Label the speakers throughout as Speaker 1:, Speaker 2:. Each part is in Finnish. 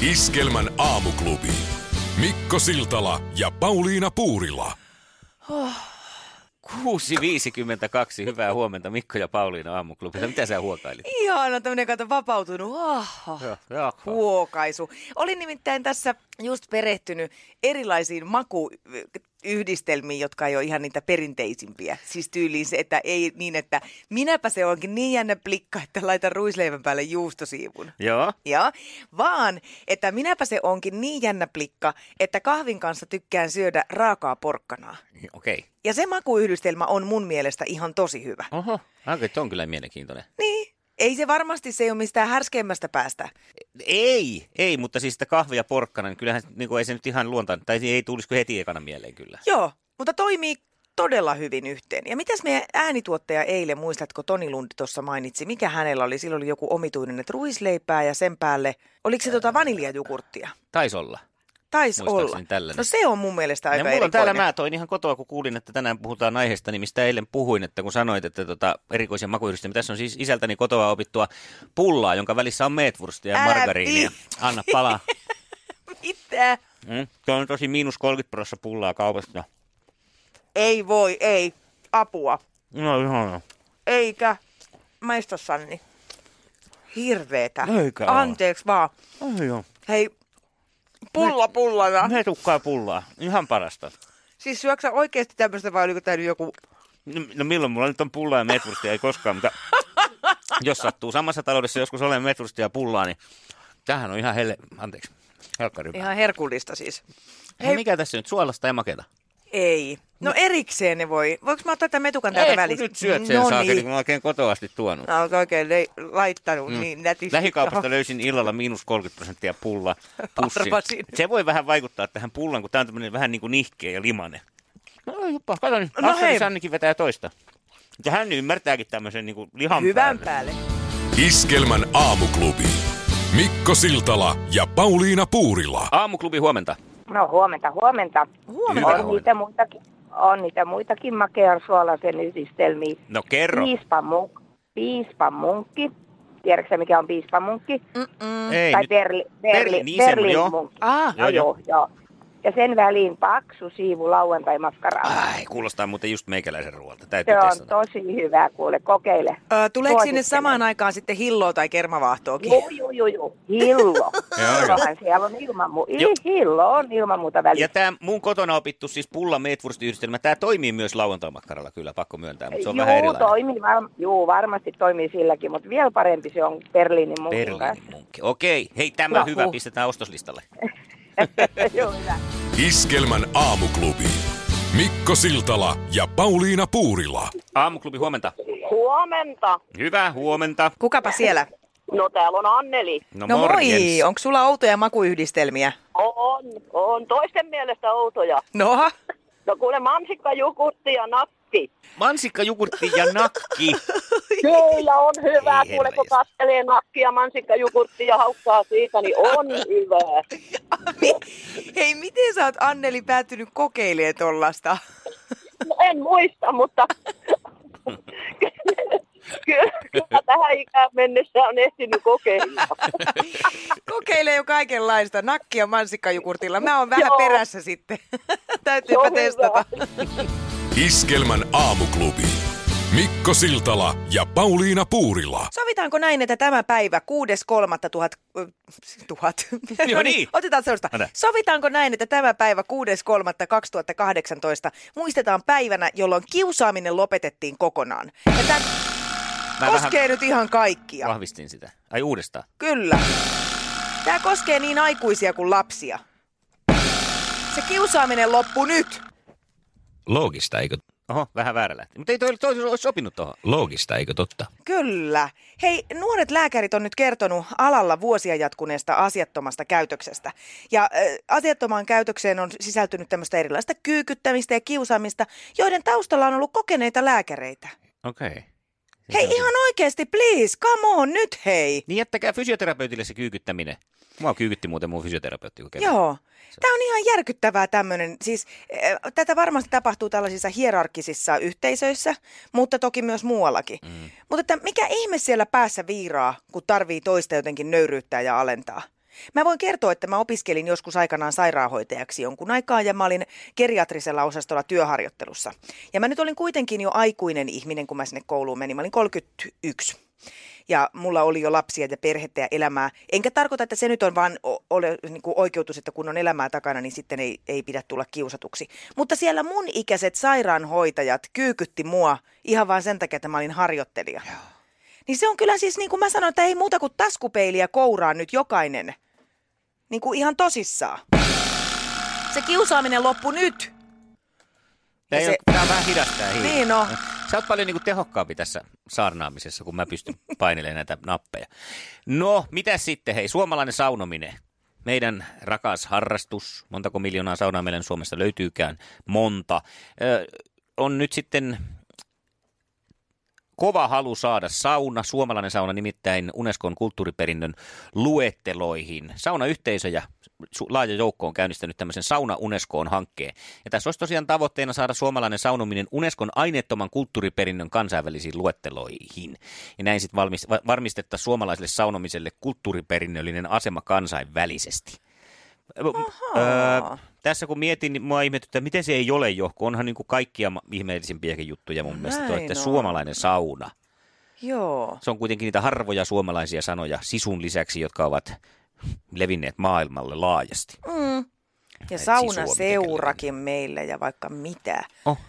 Speaker 1: Iskelmän aamuklubi. Mikko Siltala ja Pauliina Puurila.
Speaker 2: 6.52, hyvää huomenta Mikko ja Pauliina aamuklubilla. Mitä sä huokailit?
Speaker 3: Ihana, tämmöinen kato vapautunut. Aha.
Speaker 2: Joo, joo.
Speaker 3: Huokaisu. Olin nimittäin tässä just perehtynyt erilaisiin makuyhdistelmiin, jotka ei ole ihan niitä perinteisimpiä. Siis tyyliin se, että ei niin, että minäpä se onkin niin jännä plikka, että laitan ruisleivän päälle juustosiivun.
Speaker 2: Joo.
Speaker 3: Joo, vaan että minäpä se onkin niin jännä plikka, että kahvin kanssa tykkään syödä raakaa porkkanaa.
Speaker 2: Okei. Okay.
Speaker 3: Ja se makuyhdistelmä on mun mielestä ihan tosi hyvä.
Speaker 2: Oho, aika, on kyllä mielenkiintoinen.
Speaker 3: Niin. Ei se varmasti se ei ole mistään härskeimmästä päästä.
Speaker 2: Ei, ei, mutta siis sitä kahvia porkkana, niin kyllähän niin kuin, ei se nyt ihan luontaan, tai ei tulisiko heti ekana mieleen kyllä.
Speaker 3: Joo, mutta toimii todella hyvin yhteen. Ja mitäs meidän äänituottaja eilen, muistatko Toni Lund tuossa mainitsi, mikä hänellä oli? Silloin oli joku omituinen, että ruisleipää ja sen päälle, oliko se tota vaniljajukurttia?
Speaker 2: Taisi olla.
Speaker 3: Taisi
Speaker 2: Muistaakseni
Speaker 3: olla.
Speaker 2: tällainen.
Speaker 3: No se on mun mielestä aika
Speaker 2: ja mulla on täällä,
Speaker 3: erikoinen.
Speaker 2: mä toin ihan kotoa, kun kuulin, että tänään puhutaan aiheesta, niin mistä eilen puhuin, että kun sanoit, että tota, erikoisia makuyhdistelmiä. Tässä on siis isältäni kotoa opittua pullaa, jonka välissä on meetwurstia ja
Speaker 3: Älä
Speaker 2: margariinia.
Speaker 3: viitti.
Speaker 2: Anna palaa.
Speaker 3: Mitä?
Speaker 2: Mm, se on tosi miinus 30 prosenttia pullaa kaupasta.
Speaker 3: Ei voi, ei. Apua.
Speaker 2: No ihana.
Speaker 3: Eikä. Maista Sanni. Hirveetä.
Speaker 2: Eikä ole.
Speaker 3: Anteeksi vaan.
Speaker 2: Ai joo.
Speaker 3: Hei, pulla pullana.
Speaker 2: Me tukkaa pullaa. Ihan parasta.
Speaker 3: Siis syöksä oikeasti tämmöistä vai oliko tää nyt joku...
Speaker 2: No, no milloin mulla nyt on pullaa ja metwurstia? Ei koskaan, mutta jos sattuu samassa taloudessa joskus olen metwurstia ja pullaa, niin tämähän on ihan helle... Anteeksi. Helkkari.
Speaker 3: Ihan herkullista siis.
Speaker 2: Hei. Mikä tässä nyt? Suolasta ja maketa.
Speaker 3: Ei. No erikseen ne voi. Voinko mä ottaa tämän metukan täältä
Speaker 2: Ei, kun
Speaker 3: välissä?
Speaker 2: nyt syöt sen
Speaker 3: no
Speaker 2: saakeli,
Speaker 3: niin.
Speaker 2: kun mä oon oikein kotoa asti tuonut.
Speaker 3: Mä oon oikein le- laittanut mm. niin
Speaker 2: Siis
Speaker 3: nätisti.
Speaker 2: Lähikaupasta löysin illalla miinus 30 prosenttia pulla pussin.
Speaker 3: Arvasin.
Speaker 2: Se voi vähän vaikuttaa tähän pullaan, kun tämä on tämmöinen vähän niin kuin nihkeä ja limainen. No jopa, kato nyt.
Speaker 3: No
Speaker 2: No
Speaker 3: hei.
Speaker 2: hei. Sannikin vetää toista. Ja hän ymmärtääkin tämmöisen niin kuin lihan
Speaker 3: Hyvän
Speaker 2: päälle.
Speaker 3: päälle.
Speaker 1: Iskelmän aamuklubi. Mikko Siltala ja Pauliina Puurila.
Speaker 2: Aamuklubi huomenta.
Speaker 4: No huomenta, huomenta.
Speaker 3: Huomenta.
Speaker 2: Hyvää
Speaker 4: On
Speaker 2: huomenta.
Speaker 4: niitä muitakin, on niitä muitakin makean suolaisen yhdistelmiä.
Speaker 2: No kerro.
Speaker 4: Piispan, munk, piispan munkki. Tiedätkö sä, mikä on piispan munkki?
Speaker 2: Ei,
Speaker 4: tai
Speaker 2: nyt-
Speaker 4: Berli, Berli,
Speaker 2: Berli- niin se on,
Speaker 4: Berlin
Speaker 2: joo.
Speaker 4: munkki.
Speaker 3: Ah,
Speaker 2: joo,
Speaker 4: joo,
Speaker 2: joo.
Speaker 4: joo. joo. Ja sen väliin paksu siivu lauantai makkaraa.
Speaker 2: Ai, kuulostaa muuten just meikäläisen ruoalta. Täytyy
Speaker 4: se on
Speaker 2: testata.
Speaker 4: tosi hyvä, kuule, kokeile.
Speaker 3: Ö, tuleeko sinne
Speaker 4: Suosittelen.
Speaker 3: samaan aikaan sitten hilloa tai kermavaahtoakin?
Speaker 4: Joo, joo, joo, joo. Hillo.
Speaker 2: joo.
Speaker 4: Hillohan siellä on ilman muuta.
Speaker 2: Joo.
Speaker 4: Hillo on ilman muuta
Speaker 2: Ja
Speaker 4: välissä.
Speaker 2: tämä mun kotona opittu siis pulla meetwurst-yhdistelmä, tämä toimii myös lauantaimakkaralla kyllä, pakko myöntää, mutta se on
Speaker 4: Juu,
Speaker 2: vähän erilainen.
Speaker 4: Toimii var- juu, varmasti toimii silläkin, mutta vielä parempi se on Berliinin munkin
Speaker 2: Berliinin munkki. Okei, hei tämä
Speaker 4: Joo,
Speaker 2: hyvä,
Speaker 4: huh.
Speaker 2: pistetään ostoslistalle.
Speaker 4: kanssa. Joo, hyvä.
Speaker 1: Iskelmän aamuklubi. Mikko Siltala ja Pauliina Puurila.
Speaker 2: Aamuklubi, huomenta.
Speaker 5: Huomenta.
Speaker 2: Hyvää huomenta.
Speaker 3: Kukapa siellä?
Speaker 5: No täällä on Anneli.
Speaker 2: No,
Speaker 3: No moi,
Speaker 2: morjens.
Speaker 3: onko sulla outoja makuyhdistelmiä?
Speaker 5: On, on toisten mielestä outoja.
Speaker 3: No,
Speaker 5: No kuule mansikka, jukurtti ja nappi.
Speaker 2: Mansikka, jukurtti ja nakki.
Speaker 5: Kyllä on hyvä, kuule
Speaker 2: Ei
Speaker 5: kun
Speaker 2: herranjestas.
Speaker 5: katselee nakkia, mansikka, jukurtti ja haukkaa siitä, niin on hyvä.
Speaker 3: Mi- Hei, miten sä oot Anneli päätynyt kokeilemaan tollasta?
Speaker 5: No, en muista, mutta kyllä, kyllä tähän ikään mennessä on ehtinyt kokeilla.
Speaker 3: Kokeilee jo kaikenlaista nakkia mansikkajukurtilla. Mä oon vähän
Speaker 5: Joo.
Speaker 3: perässä sitten.
Speaker 5: Se on
Speaker 3: Täytyypä
Speaker 5: hyvä.
Speaker 3: testata.
Speaker 1: Iskelmän aamuklubi. Mikko Siltala ja Pauliina Puurila.
Speaker 3: Sovitaanko näin, että tämä päivä 6.3. tuhat... ö, tuhat.
Speaker 2: Joo, niin.
Speaker 3: Otetaan sellaista.
Speaker 2: Ota.
Speaker 3: Sovitaanko näin, että tämä päivä 6.3.2018 muistetaan päivänä, jolloin kiusaaminen lopetettiin kokonaan. Ja tämä
Speaker 2: Mä
Speaker 3: koskee
Speaker 2: vähän
Speaker 3: nyt ihan kaikkia.
Speaker 2: vahvistin sitä. Ai uudestaan.
Speaker 3: Kyllä. Tämä koskee niin aikuisia kuin lapsia. Se kiusaaminen loppu nyt.
Speaker 6: Loogista, eikö?
Speaker 2: Oho, vähän väärä lähti. Mutta ei toi, toi olisi sopinut tuohon.
Speaker 6: Loogista, eikö totta?
Speaker 3: Kyllä. Hei, nuoret lääkärit on nyt kertonut alalla vuosia jatkuneesta asiattomasta käytöksestä. Ja äh, asiattomaan käytökseen on sisältynyt tämmöistä erilaista kyykyttämistä ja kiusaamista, joiden taustalla on ollut kokeneita lääkäreitä.
Speaker 2: Okei. Okay.
Speaker 3: Hei, ihan oikeasti, please, come on nyt, hei.
Speaker 2: Niin jättäkää fysioterapeutille se kyykyttäminen. Mua kyykytti muuten mun fysioterapeutti. kun kävi.
Speaker 3: Joo. Tämä on ihan järkyttävää tämmöinen. Siis, eh, tätä varmasti tapahtuu tällaisissa hierarkkisissa yhteisöissä, mutta toki myös muuallakin. Mm. Mutta että mikä ihme siellä päässä viiraa, kun tarvii toista jotenkin nöyryyttää ja alentaa? Mä voin kertoa, että mä opiskelin joskus aikanaan sairaanhoitajaksi jonkun aikaa ja mä olin geriatrisella osastolla työharjoittelussa. Ja mä nyt olin kuitenkin jo aikuinen ihminen, kun mä sinne kouluun menin. Mä olin 31 ja mulla oli jo lapsia ja perhettä ja elämää. Enkä tarkoita, että se nyt on vaan o- ole, niin kuin oikeutus, että kun on elämää takana, niin sitten ei, ei pidä tulla kiusatuksi. Mutta siellä mun ikäiset sairaanhoitajat kyykytti mua ihan vaan sen takia, että mä olin harjoittelija. Joo. Niin se on kyllä siis, niin kuin mä sanoin, että ei muuta kuin taskupeiliä kouraan nyt jokainen. Niin kuin ihan tosissaan. Se kiusaaminen loppu nyt.
Speaker 2: Tää, ei
Speaker 3: se-
Speaker 2: se... tää on vähän hidastaa hiiltä.
Speaker 3: Niin on.
Speaker 2: Sä oot paljon niinku tehokkaampi tässä saarnaamisessa, kun mä pystyn painelemaan näitä nappeja. No, mitä sitten? Hei, suomalainen saunominen. Meidän rakas harrastus. Montako miljoonaa saunaa meillä nyt Suomessa löytyykään? Monta. Ö, on nyt sitten kova halu saada sauna, suomalainen sauna nimittäin Unescon kulttuuriperinnön luetteloihin. Saunayhteisö ja su- laaja joukko on käynnistänyt tämmöisen Sauna Unescoon hankkeen. Ja tässä olisi tosiaan tavoitteena saada suomalainen saunominen Unescon aineettoman kulttuuriperinnön kansainvälisiin luetteloihin. Ja näin sitten valmis- va- varmistettaisiin suomalaiselle saunomiselle kulttuuriperinnöllinen asema kansainvälisesti. Öö, tässä kun mietin, niin mua ihmetyttää, miten se ei ole jo, kun onhan niin kuin kaikkia ma- ihmeellisimpiäkin juttuja mun mielestä, toi,
Speaker 3: Näin
Speaker 2: että
Speaker 3: on.
Speaker 2: suomalainen sauna.
Speaker 3: Joo.
Speaker 2: Se on kuitenkin niitä harvoja suomalaisia sanoja sisun lisäksi, jotka ovat levinneet maailmalle laajasti.
Speaker 3: Mm. Ja
Speaker 2: Et siis
Speaker 3: saunaseurakin meillä ja vaikka mitä.
Speaker 2: Oh. Äh,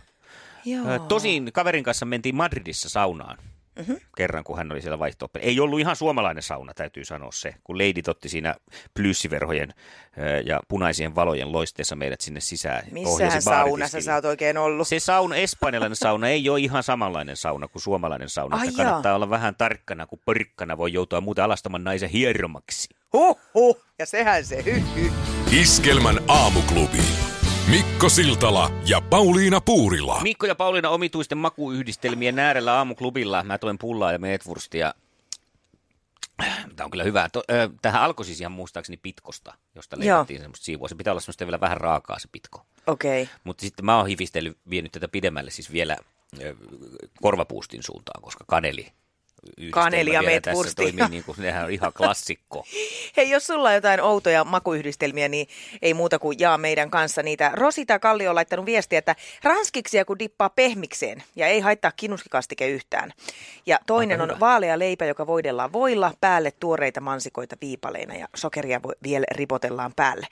Speaker 3: Joo.
Speaker 2: Ö, Tosin kaverin kanssa mentiin Madridissa saunaan.
Speaker 3: Mhm.
Speaker 2: Mm-hmm. Kerran, kun hän oli siellä vaihto Ei ollut ihan suomalainen sauna, täytyy sanoa se, kun leidit otti siinä plyssiverhojen ö, ja punaisien valojen loisteessa meidät sinne sisään.
Speaker 3: Missähän
Speaker 2: Ohjasi
Speaker 3: saunassa
Speaker 2: baaritiskille.
Speaker 3: sä oot oikein ollut?
Speaker 2: Se sauna, espanjalainen sauna ei ole ihan samanlainen sauna kuin suomalainen sauna.
Speaker 3: Ai
Speaker 2: Että kannattaa
Speaker 3: jaa.
Speaker 2: olla vähän tarkkana, kun porkkana voi joutua muuten alastaman naisen hieromaksi.
Speaker 3: Huhhuh, ja sehän se hyhy.
Speaker 1: Iskelmän aamuklubi. Mikko Siltala ja Pauliina Puurila.
Speaker 2: Mikko ja Pauliina omituisten makuyhdistelmien äärellä aamuklubilla. Mä toin pullaa ja meetwurstia. Tämä on kyllä hyvää. To- ö, Tähän alkoi siis ihan muistaakseni pitkosta, josta
Speaker 3: Joo.
Speaker 2: leikattiin semmoista siivua. Se pitää olla semmoista vielä vähän raakaa se pitko.
Speaker 3: Okei. Okay.
Speaker 2: Mutta sitten mä oon hivistellyt, vienyt tätä pidemmälle siis vielä ö, korvapuustin suuntaan, koska kaneli. yhdistelmä
Speaker 3: Kaneli ja
Speaker 2: vielä
Speaker 3: meetwursti.
Speaker 2: Tässä toimii niin kuin, nehän on ihan klassikko.
Speaker 3: Hei, jos sulla on jotain outoja makuyhdistelmiä, niin ei muuta kuin jaa meidän kanssa niitä. Rosita Kallio on laittanut viestiä, että ranskiksia kun dippaa pehmikseen ja ei haittaa kinuskikastike yhtään. Ja toinen
Speaker 2: Aika
Speaker 3: on
Speaker 2: hyvä.
Speaker 3: vaalea leipä, joka voidellaan voilla, päälle tuoreita mansikoita viipaleina ja sokeria voi- vielä ripotellaan päälle.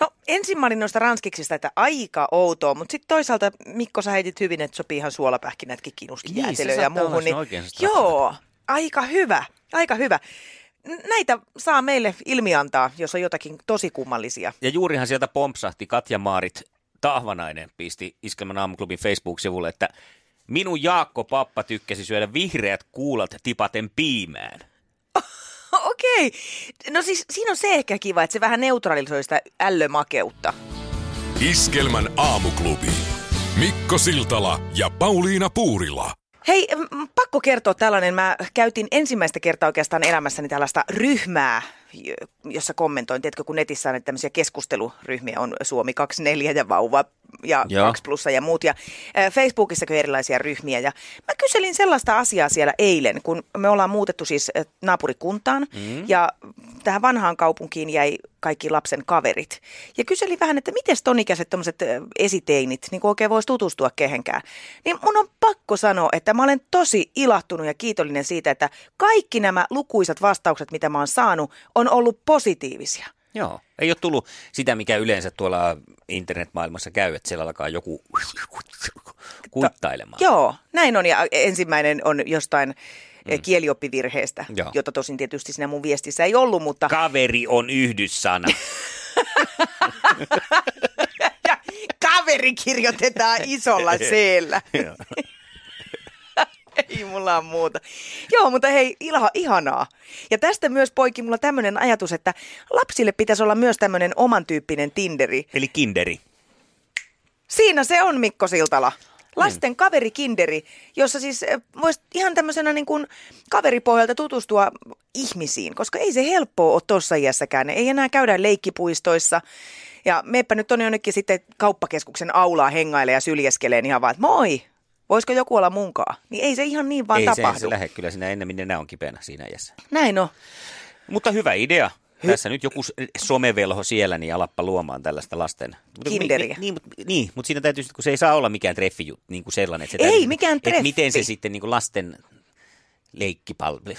Speaker 3: No ensimmäinen noista ranskiksista, että aika outoa, mutta sitten toisaalta Mikko sä heitit hyvin, että sopii ihan suolapähkinätkin
Speaker 2: Niin, se
Speaker 3: kinuskijäätelöön ja
Speaker 2: saattaa olla
Speaker 3: muuhun.
Speaker 2: siinä oikeassa
Speaker 3: joo, aika hyvä, aika hyvä. N- Näitä saa meille ilmiantaa, jos on jotakin tosi kummallisia.
Speaker 2: Ja juurihan sieltä pompsahti Katja Maarit Tahvanainen pisti Iskelmän aamuklubin Facebook-sivulle, että minun Jaakko Pappa tykkäsi syödä vihreät kuulat tipaten piimään.
Speaker 3: Okei, no siis siinä on se ehkä kiva, että se vähän neutralisoi sitä ällömakeutta.
Speaker 1: Iskelmän aamuklubi. Mikko Siltala ja Pauliina Puurila.
Speaker 3: Hei, mm, pakko kertoa tällainen. Mä käytin ensimmäistä kertaa oikeastaan elämässäni tällaista ryhmää, j- jossa kommentoin. Tiedätkö, kun netissä on näitä tämmöisiä keskusteluryhmiä, on Suomi 24 ja Vauva ja
Speaker 2: Joo.
Speaker 3: 2 plussa ja muut. Ja äh, Facebookissakin on erilaisia ryhmiä. Ja mä kyselin sellaista asiaa siellä eilen, kun me ollaan muutettu siis äh, naapurikuntaan. Mm. Ja tähän vanhaan kaupunkiin jäi kaikki lapsen kaverit. Ja kyselin vähän, että miten tonikäiset tuommoiset esiteinit, niin kuin oikein voisi tutustua kehenkään. Niin mun on pakko sanoa, että mä olen tosi ilahtunut ja kiitollinen siitä, että kaikki nämä lukuisat vastaukset, mitä mä oon saanut, on ollut positiivisia.
Speaker 2: Joo, ei ole tullut sitä, mikä yleensä tuolla internetmaailmassa käy, että siellä alkaa joku kuittailemaan.
Speaker 3: Joo, näin on. Ja ensimmäinen on jostain mm. kielioppivirheestä,
Speaker 2: Joo.
Speaker 3: jota tosin tietysti siinä mun viestissä ei ollut, mutta
Speaker 2: Kaveri on yhdyssana.
Speaker 3: Ja kaveri kaveri kirjoitetaan isolla seellä.
Speaker 2: Joo.
Speaker 3: Ei mulla on muuta. Joo, mutta hei, ilha, ihanaa. Ja tästä myös poiki mulla tämmöinen ajatus, että lapsille pitäisi olla myös tämmöinen oman tyyppinen Tinderi.
Speaker 2: Eli kinderi.
Speaker 3: Siinä se on Mikko Siltala.
Speaker 2: Niin.
Speaker 3: Lasten kaveri Kinderi, jossa siis eh, voisi ihan tämmöisenä niin kuin kaveripohjalta tutustua ihmisiin, koska ei se helppoa ole tuossa iässäkään. Ei enää käydä leikkipuistoissa. Ja meepä nyt tuonne jonnekin sitten kauppakeskuksen aulaa hengaille ja syljeskeleen ihan vaan, että moi, voisiko joku olla munkaa? Niin ei se ihan niin vaan
Speaker 2: Ei se,
Speaker 3: tapahdu.
Speaker 2: se lähde kyllä sinä ennemmin nenä on kipeänä siinä iässä.
Speaker 3: Näin on.
Speaker 2: Mutta hyvä idea. Tässä nyt joku s- somevelho siellä, niin alappa luomaan tällaista lasten. Mutta mi-
Speaker 3: Kinderiä.
Speaker 2: Mi, niin, mutta, niin, mutta siinä täytyy, sit- kun se ei saa olla mikään treffi ju- niin kuin sellainen. Että se
Speaker 3: Ei
Speaker 2: täytyy,
Speaker 3: mikään
Speaker 2: Että
Speaker 3: treffi.
Speaker 2: miten se sitten niin kuin lasten leikkipalvelu.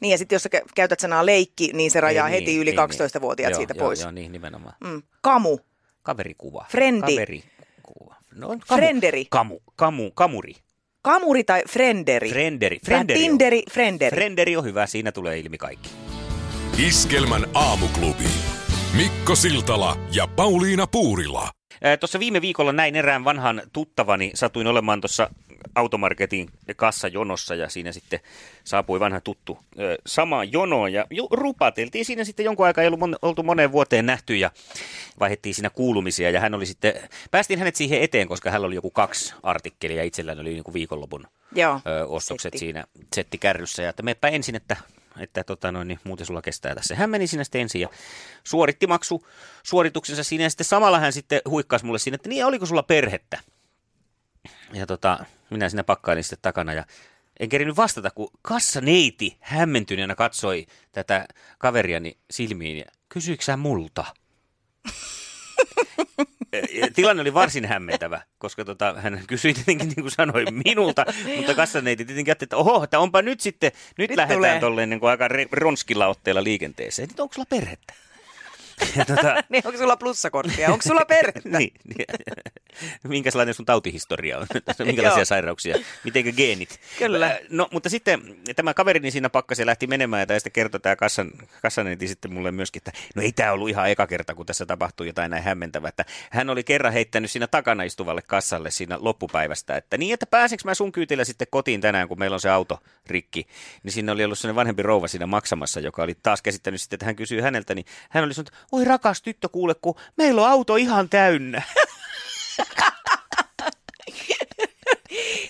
Speaker 3: Niin ja sitten jos sä kä- käytät sanaa leikki, niin se rajaa
Speaker 2: Ei,
Speaker 3: heti yli 12-vuotiaat
Speaker 2: joo,
Speaker 3: siitä
Speaker 2: joo,
Speaker 3: pois.
Speaker 2: Joo, niin nimenomaan.
Speaker 3: Mm. Kamu.
Speaker 2: Kaverikuva.
Speaker 3: Frendi.
Speaker 2: Kaverikuva. No, on
Speaker 3: Frenderi.
Speaker 2: Kamu, kamu, kamuri.
Speaker 3: Kamuri tai frenderi.
Speaker 2: Frenderi.
Speaker 3: Vähän
Speaker 2: Frenderi. on-
Speaker 3: Tinderi, frenderi.
Speaker 2: Frenderi on hyvä, siinä tulee ilmi kaikki.
Speaker 1: Iskelmän aamuklubi. Mikko Siltala ja Pauliina Puurila.
Speaker 2: Tuossa viime viikolla näin erään vanhan tuttavani, satuin olemaan tuossa automarketin kassajonossa ja siinä sitten saapui vanha tuttu ö, samaan jonoon ja ju- rupateltiin siinä sitten jonkun aikaa, ei ollut mon- oltu moneen vuoteen nähty ja vaihdettiin siinä kuulumisia ja hän oli sitten, päästiin hänet siihen eteen, koska hänellä oli joku kaksi artikkelia ja itsellään oli niin kuin viikonlopun
Speaker 3: Joo.
Speaker 2: ö, ostokset
Speaker 3: Setti.
Speaker 2: siinä settikärryssä ja että meppä ensin, että, että tota noin, niin muuten sulla kestää tässä. Hän meni sinne sitten ensin ja suoritti maksu suorituksensa siinä ja sitten samalla hän sitten huikkasi mulle siinä, että niin oliko sulla perhettä? Ja tota, minä siinä pakkailin sitten takana ja en kerinyt vastata, kun kassaneiti hämmentyneenä katsoi tätä kaveriani silmiin ja kysyikö sä multa? Ja tilanne oli varsin hämmentävä, koska tota, hän kysyi tietenkin, niin kuin sanoin, minulta, mutta kassaneiti tietenkin ajatteli, että oho, että onpa nyt sitten, nyt,
Speaker 3: Nyt
Speaker 2: nyt lähdetään
Speaker 3: tulee.
Speaker 2: tolleen niin kuin aika re- ronskilla otteella liikenteeseen. Nyt onko sulla perhettä? Ja tota,
Speaker 3: Niin, onko sulla plussakorttia? Onko sulla perhettä?
Speaker 2: niin, niin. Minkälainen sun tautihistoria on? Minkälaisia
Speaker 3: Joo.
Speaker 2: sairauksia? Mitenkä geenit?
Speaker 3: Kyllä.
Speaker 2: Äh, No, mutta sitten tämä kaverini siinä pakkasi lähti menemään ja sitten kertoi tämä kassan, kassaneiti sitten mulle myöskin, että no ei tämä ollut ihan eka kerta, kun tässä tapahtui jotain näin hämmentävää. Että hän oli kerran heittänyt siinä takana istuvalle kassalle siinä loppupäivästä, että niin, että pääseekö mä sun kyytillä sitten kotiin tänään, kun meillä on se auto rikki. Niin siinä oli ollut sellainen vanhempi rouva siinä maksamassa, joka oli taas käsittänyt sitten, että hän kysyy häneltä, niin hän oli sanonut, että oi rakas tyttö kuule, kun meillä on auto ihan täynnä.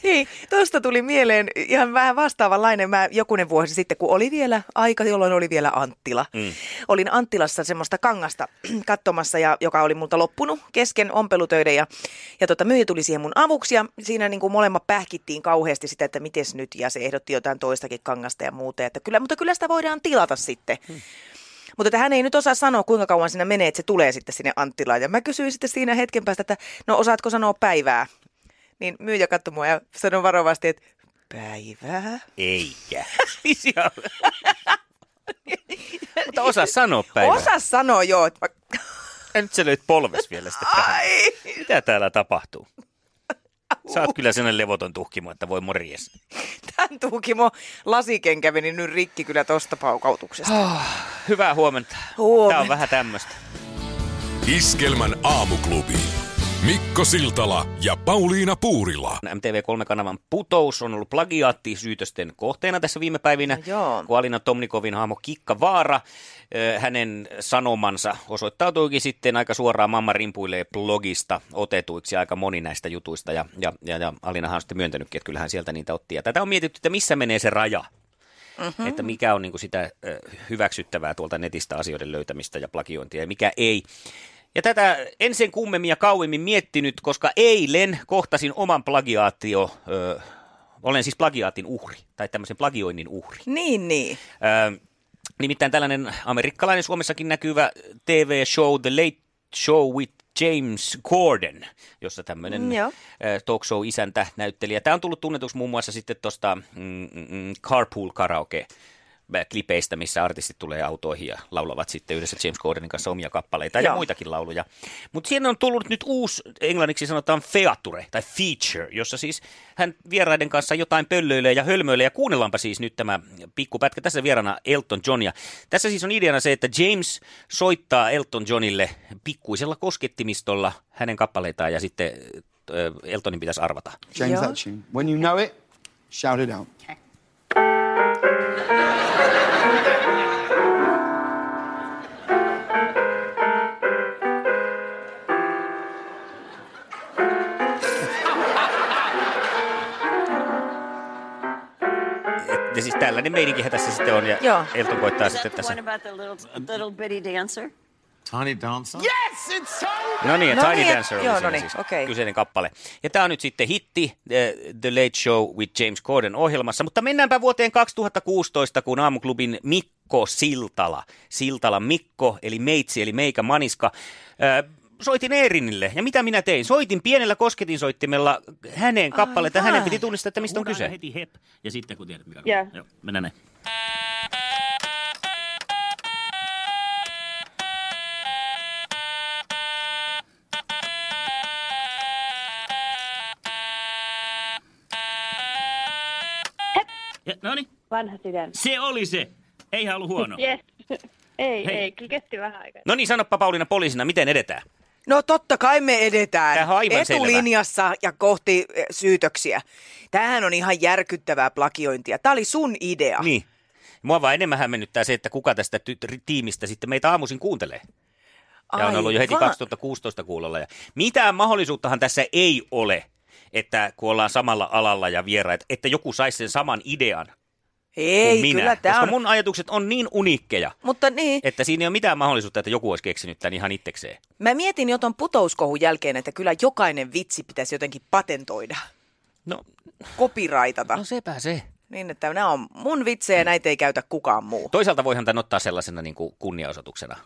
Speaker 3: Hei, tuosta Niin, tuli mieleen ihan vähän vastaavanlainen. Mä jokunen vuosi sitten, kun oli vielä aika, jolloin oli vielä Anttila. Mm. Olin Anttilassa semmoista kangasta katsomassa, ja, joka oli multa loppunut kesken ompelutöiden. Ja, ja tota, myyjä tuli siihen mun avuksi ja siinä niin kuin molemmat pähkittiin kauheasti sitä, että mites nyt. Ja se ehdotti jotain toistakin kangasta ja muuta. Että kyllä, mutta kyllä sitä voidaan tilata sitten. Mutta että hän ei nyt osaa sanoa, kuinka kauan siinä menee, että se tulee sitten sinne Anttilaan. Ja mä kysyin sitten siinä hetken päästä, että no osaatko sanoa päivää? Niin myyjä katsoi mua ja sanoi varovasti, että päivää?
Speaker 2: Eikä. Siis ihan- Mutta osaa sanoa päivä.
Speaker 3: Osa sanoa joo. Että mä...
Speaker 2: Ja nyt sä löit polves vielä sitten tähän.
Speaker 3: Ai!
Speaker 2: Mitä täällä tapahtuu? Sä oot kyllä sellainen levoton tuhkimo, että voi morjes.
Speaker 3: Tämän tuukimo lasikenkä meni niin nyt rikki kyllä tosta paukautuksesta.
Speaker 2: Ah. Hyvää huomenta.
Speaker 3: Huomenta.
Speaker 2: Tää on vähän tämmöistä.
Speaker 1: Iskelmän aamuklubi. Mikko Siltala ja Pauliina Puurila.
Speaker 2: MTV3-kanavan putous on ollut plagiaattisyytösten kohteena tässä viime päivinä,
Speaker 3: No joo.
Speaker 2: kun Alina Tomnikovin hahmo Kikka Vaara, ö, hänen sanomansa osoittautuikin sitten aika suoraan Mamma rimpuilee blogista otetuiksi aika moni näistä jutuista, ja, ja, ja, ja Alinahan on sitten myöntänytkin, että kyllähän sieltä niitä otti. Ja tätä on mietitty, että missä menee se raja, mm-hmm. että mikä on niin kuin sitä ö, hyväksyttävää tuolta netistä asioiden löytämistä ja plagiointia ja mikä ei. Ja tätä en sen kummemmin ja kauemmin miettinyt, koska eilen kohtasin oman plagiaatio, ö, olen siis plagiaatin uhri, tai tämmöisen plagioinnin uhri.
Speaker 3: Niin, niin.
Speaker 2: Ö, nimittäin tällainen amerikkalainen Suomessakin näkyvä TV-show, The Late Show with James Corden, jossa tämmöinen
Speaker 3: Mm,
Speaker 2: mm,
Speaker 3: joo.
Speaker 2: talk show isäntä näyttelijä. Tämä on tullut tunnetuksi muun muassa sitten tuosta mm, mm, mm, Carpool Karaoke klipeistä, missä artistit tulee autoihin ja laulavat sitten yhdessä James Cordenin kanssa omia kappaleita ja
Speaker 3: Joo.
Speaker 2: muitakin lauluja. Mutta siinä on tullut nyt uusi, englanniksi sanotaan feature tai feature, jossa siis hän vieraiden kanssa jotain pöllöilee ja hölmöilee. Ja kuunnellaanpa siis nyt tämä pikkupätkä. Tässä vieraana Elton John. Ja tässä siis on ideana se, että James soittaa Elton Johnille pikkuisella koskettimistolla hänen kappaleitaan ja sitten ö, Eltonin pitäisi arvata.
Speaker 6: James,
Speaker 3: Yeah.
Speaker 6: that tune. When you know it, shout it out.
Speaker 2: Et- Ja siis tällainen meininkihän tässä sitten on ja
Speaker 3: Joo.
Speaker 2: Elton koittaa
Speaker 7: Is
Speaker 2: sitten
Speaker 7: that
Speaker 2: tässä.
Speaker 7: the one about the little, little bitty dancer?
Speaker 8: Tiny dancer?
Speaker 2: No niin, ja
Speaker 3: No
Speaker 2: Tiny
Speaker 3: niin,
Speaker 2: Dancer oli
Speaker 3: joo,
Speaker 2: siinä
Speaker 3: no niin,
Speaker 2: siis
Speaker 3: okei.
Speaker 2: kyseinen kappale. Ja tämä on nyt sitten hitti eh, The Late Show with James Corden ohjelmassa, mutta mennäänpä vuoteen 2016, kun aamuklubin Mikko Siltala, Siltala Mikko, eli meitsi, eli meikä maniska, eh, soitin Eerinille. Ja mitä minä tein? Soitin pienellä kosketinsoittimella hänen kappaletta. Hänen piti tunnistaa, että mistä on kyse.
Speaker 9: heti hep, ja sitten kun tiedät mikä
Speaker 5: Joo.
Speaker 9: Joo, mennään näin. Ja, no niin,
Speaker 4: Vanha sydän.
Speaker 9: se oli se. Eihän ollut huono.
Speaker 7: Yes. ei,
Speaker 9: Hei. ei,
Speaker 7: kiketti vähän aikaa.
Speaker 2: No niin, sanoppa Pauliina poliisina, miten edetään?
Speaker 3: No totta kai me edetään
Speaker 2: Tämähän on aivan selvä.
Speaker 3: etulinjassa ja kohti eh, syytöksiä. Tämähän on ihan järkyttävää plagiointia. Tämä oli sun idea.
Speaker 2: Niin. Mua vaan enemmän hämmennyttää se, että kuka tästä ty- tiimistä sitten meitä aamuisin kuuntelee. Ja on ollut jo heti
Speaker 3: Aivan.
Speaker 2: 2016 kuulolla. Ja mitään mahdollisuuttahan tässä ei ole, että kun ollaan samalla alalla ja vieraat, että joku saisi sen saman idean kuin
Speaker 3: Ei,
Speaker 2: minä.
Speaker 3: kyllä tämä
Speaker 2: koska
Speaker 3: on.
Speaker 2: mun ajatukset on niin uniikkeja,
Speaker 3: Mutta niin,
Speaker 2: että siinä ei ole mitään mahdollisuutta, että joku olisi keksinyt tämän ihan itsekseen.
Speaker 3: mä mietin jo ton putouskohun jälkeen, että kyllä jokainen vitsi pitäisi jotenkin patentoida,
Speaker 2: No,
Speaker 3: kopiraitata,
Speaker 2: no sepä se.
Speaker 3: niin että nämä on mun vitsejä
Speaker 2: Mm.
Speaker 3: ja näitä ei käytä kukaan muu.
Speaker 2: Toisaalta voihan tämän ottaa sellaisena niin kuin kunniaosoituksena.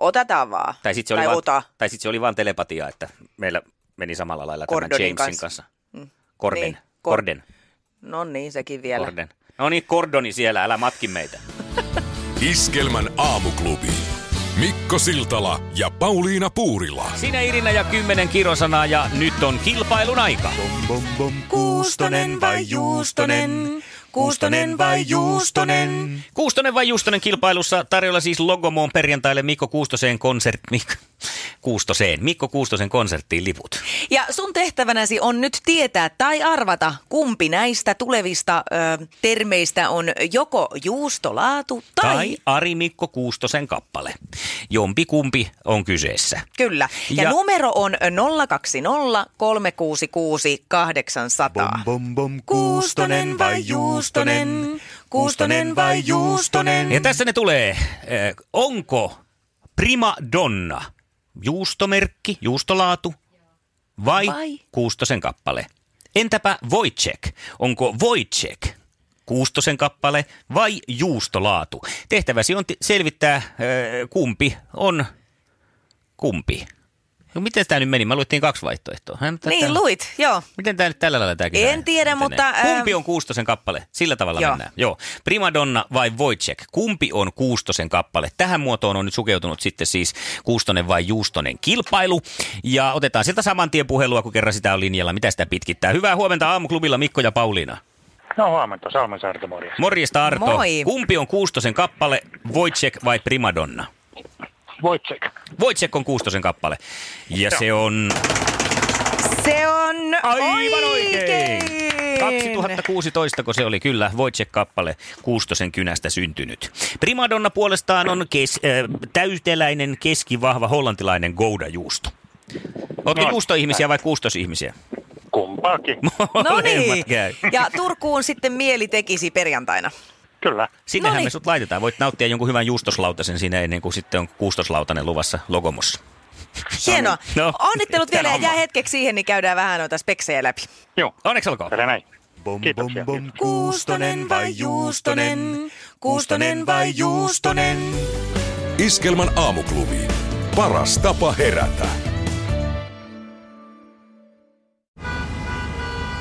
Speaker 3: Otetaan vaan.
Speaker 2: Tai sitten se, oli
Speaker 3: tai
Speaker 2: vaan-
Speaker 3: ota.
Speaker 2: tai sit se oli vaan telepatia, että meillä meni samalla lailla tämän
Speaker 3: Cordonin
Speaker 2: Jamesin kanssa.
Speaker 3: kanssa.
Speaker 2: kanssa. Korden.
Speaker 3: Niin, kor-
Speaker 2: Korden.
Speaker 3: No niin, sekin vielä.
Speaker 2: Korden. No niin, Kordoni siellä, älä matki meitä.
Speaker 1: Iskelmän aamuklubi. Mikko Siltala ja Pauliina Puurila.
Speaker 2: Sinä Irina ja kymmenen kirosanaa ja nyt on kilpailun aika.
Speaker 10: Bom, bom, kuustonen vai juustonen? Kuustonen vai juustonen?
Speaker 2: Kuustonen vai Juustonen kilpailussa tarjolla siis Logomoon perjantaille Mikko Kuustoseen konsert... Mikko, Kuustoseen. Mikko Kuustosen konserttiin liput.
Speaker 3: Ja sun tehtävänäsi on nyt tietää tai arvata, kumpi näistä tulevista ö, termeistä on joko juustolaatu tai...
Speaker 2: Tai Ari Mikko Kuustosen kappale. Jompi kumpi on kyseessä.
Speaker 3: Kyllä. Ja,
Speaker 2: Ja-
Speaker 3: ja numero on 020 366 800.
Speaker 10: Bom, bom,
Speaker 3: Kuustonen vai juustonen? Kuustonen vai juustonen?
Speaker 2: Ja tässä ne tulee. Eh, Onko prima donna juustomerkki, juustolaatu vai,
Speaker 3: Vai?
Speaker 2: Kuustosen kappale? Entäpä Wojciech? Onko Wojciech Kuustosen kappale vai juustolaatu? Tehtäväsi on ti- selvittää, eh, kumpi on kumpi. No miten tämä nyt meni? Mä luettiin kaksi vaihtoehtoa. Hä, mutta
Speaker 3: Niin,
Speaker 2: tää-
Speaker 3: luit, joo.
Speaker 2: Miten tämä nyt tällä lailla tämä
Speaker 3: En tiedä, mutta, ähm,
Speaker 2: Kumpi on Kuustosen kappale? Sillä tavalla joo.
Speaker 3: Joo.
Speaker 2: mennään. Joo. Primadonna vai Wojciech? Kumpi on Kuustosen kappale? Tähän muotoon on nyt sukeutunut sitten siis Kuustonen vai Juustonen kilpailu. Ja otetaan sieltä saman tien puhelua, kun kerran sitä on linjalla. Mitä sitä pitkittää? Hyvää huomenta aamuklubilla Mikko ja Pauliina.
Speaker 11: No huomenta, Salmisaarta morjens.
Speaker 2: Morjesta Arto.
Speaker 3: Moi.
Speaker 2: Kumpi on Kuustosen kappale? Wojciech vai Primadonna?
Speaker 11: Wojciech.
Speaker 2: Wojciech on Kuustosen kappale. Ja joo. se on
Speaker 3: Se on
Speaker 2: Aivan oikein!
Speaker 3: oikein.
Speaker 2: 2016, kun se oli kyllä Wojciech-kappale Kuustosen kynästä syntynyt. Primadonna puolestaan on kes, äh, täyteläinen, keskivahva hollantilainen goudajuusto. Oletko
Speaker 11: No,
Speaker 2: juustoihmisiä vai kuustosihmisiä?
Speaker 11: Kumpaakin.
Speaker 3: No niin.
Speaker 2: Molemmat käy.
Speaker 3: Ja Turkuun sitten mieli tekisi perjantaina.
Speaker 11: Kyllä.
Speaker 2: Sinnehän
Speaker 3: Noniin.
Speaker 2: me sut laitetaan. Voit nauttia jonkun hyvän juustoslautasen siinä ennen kuin sitten on kuustoslautanen luvassa logomossa.
Speaker 3: Hienoa.
Speaker 2: No.
Speaker 3: No. Onnittelut vielä ja
Speaker 2: Hieno
Speaker 3: jää
Speaker 2: homma.
Speaker 3: hetkeksi siihen, niin käydään vähän noita speksejä läpi.
Speaker 11: Joo.
Speaker 2: Onneksi olkoon.
Speaker 11: Älä näin.
Speaker 10: Bom, bom,
Speaker 11: Kiitoksia.
Speaker 10: bom,
Speaker 3: Kuustonen vai juustonen? Kuustonen vai juustonen?
Speaker 1: Iskelmän aamuklubi. Paras tapa herätä.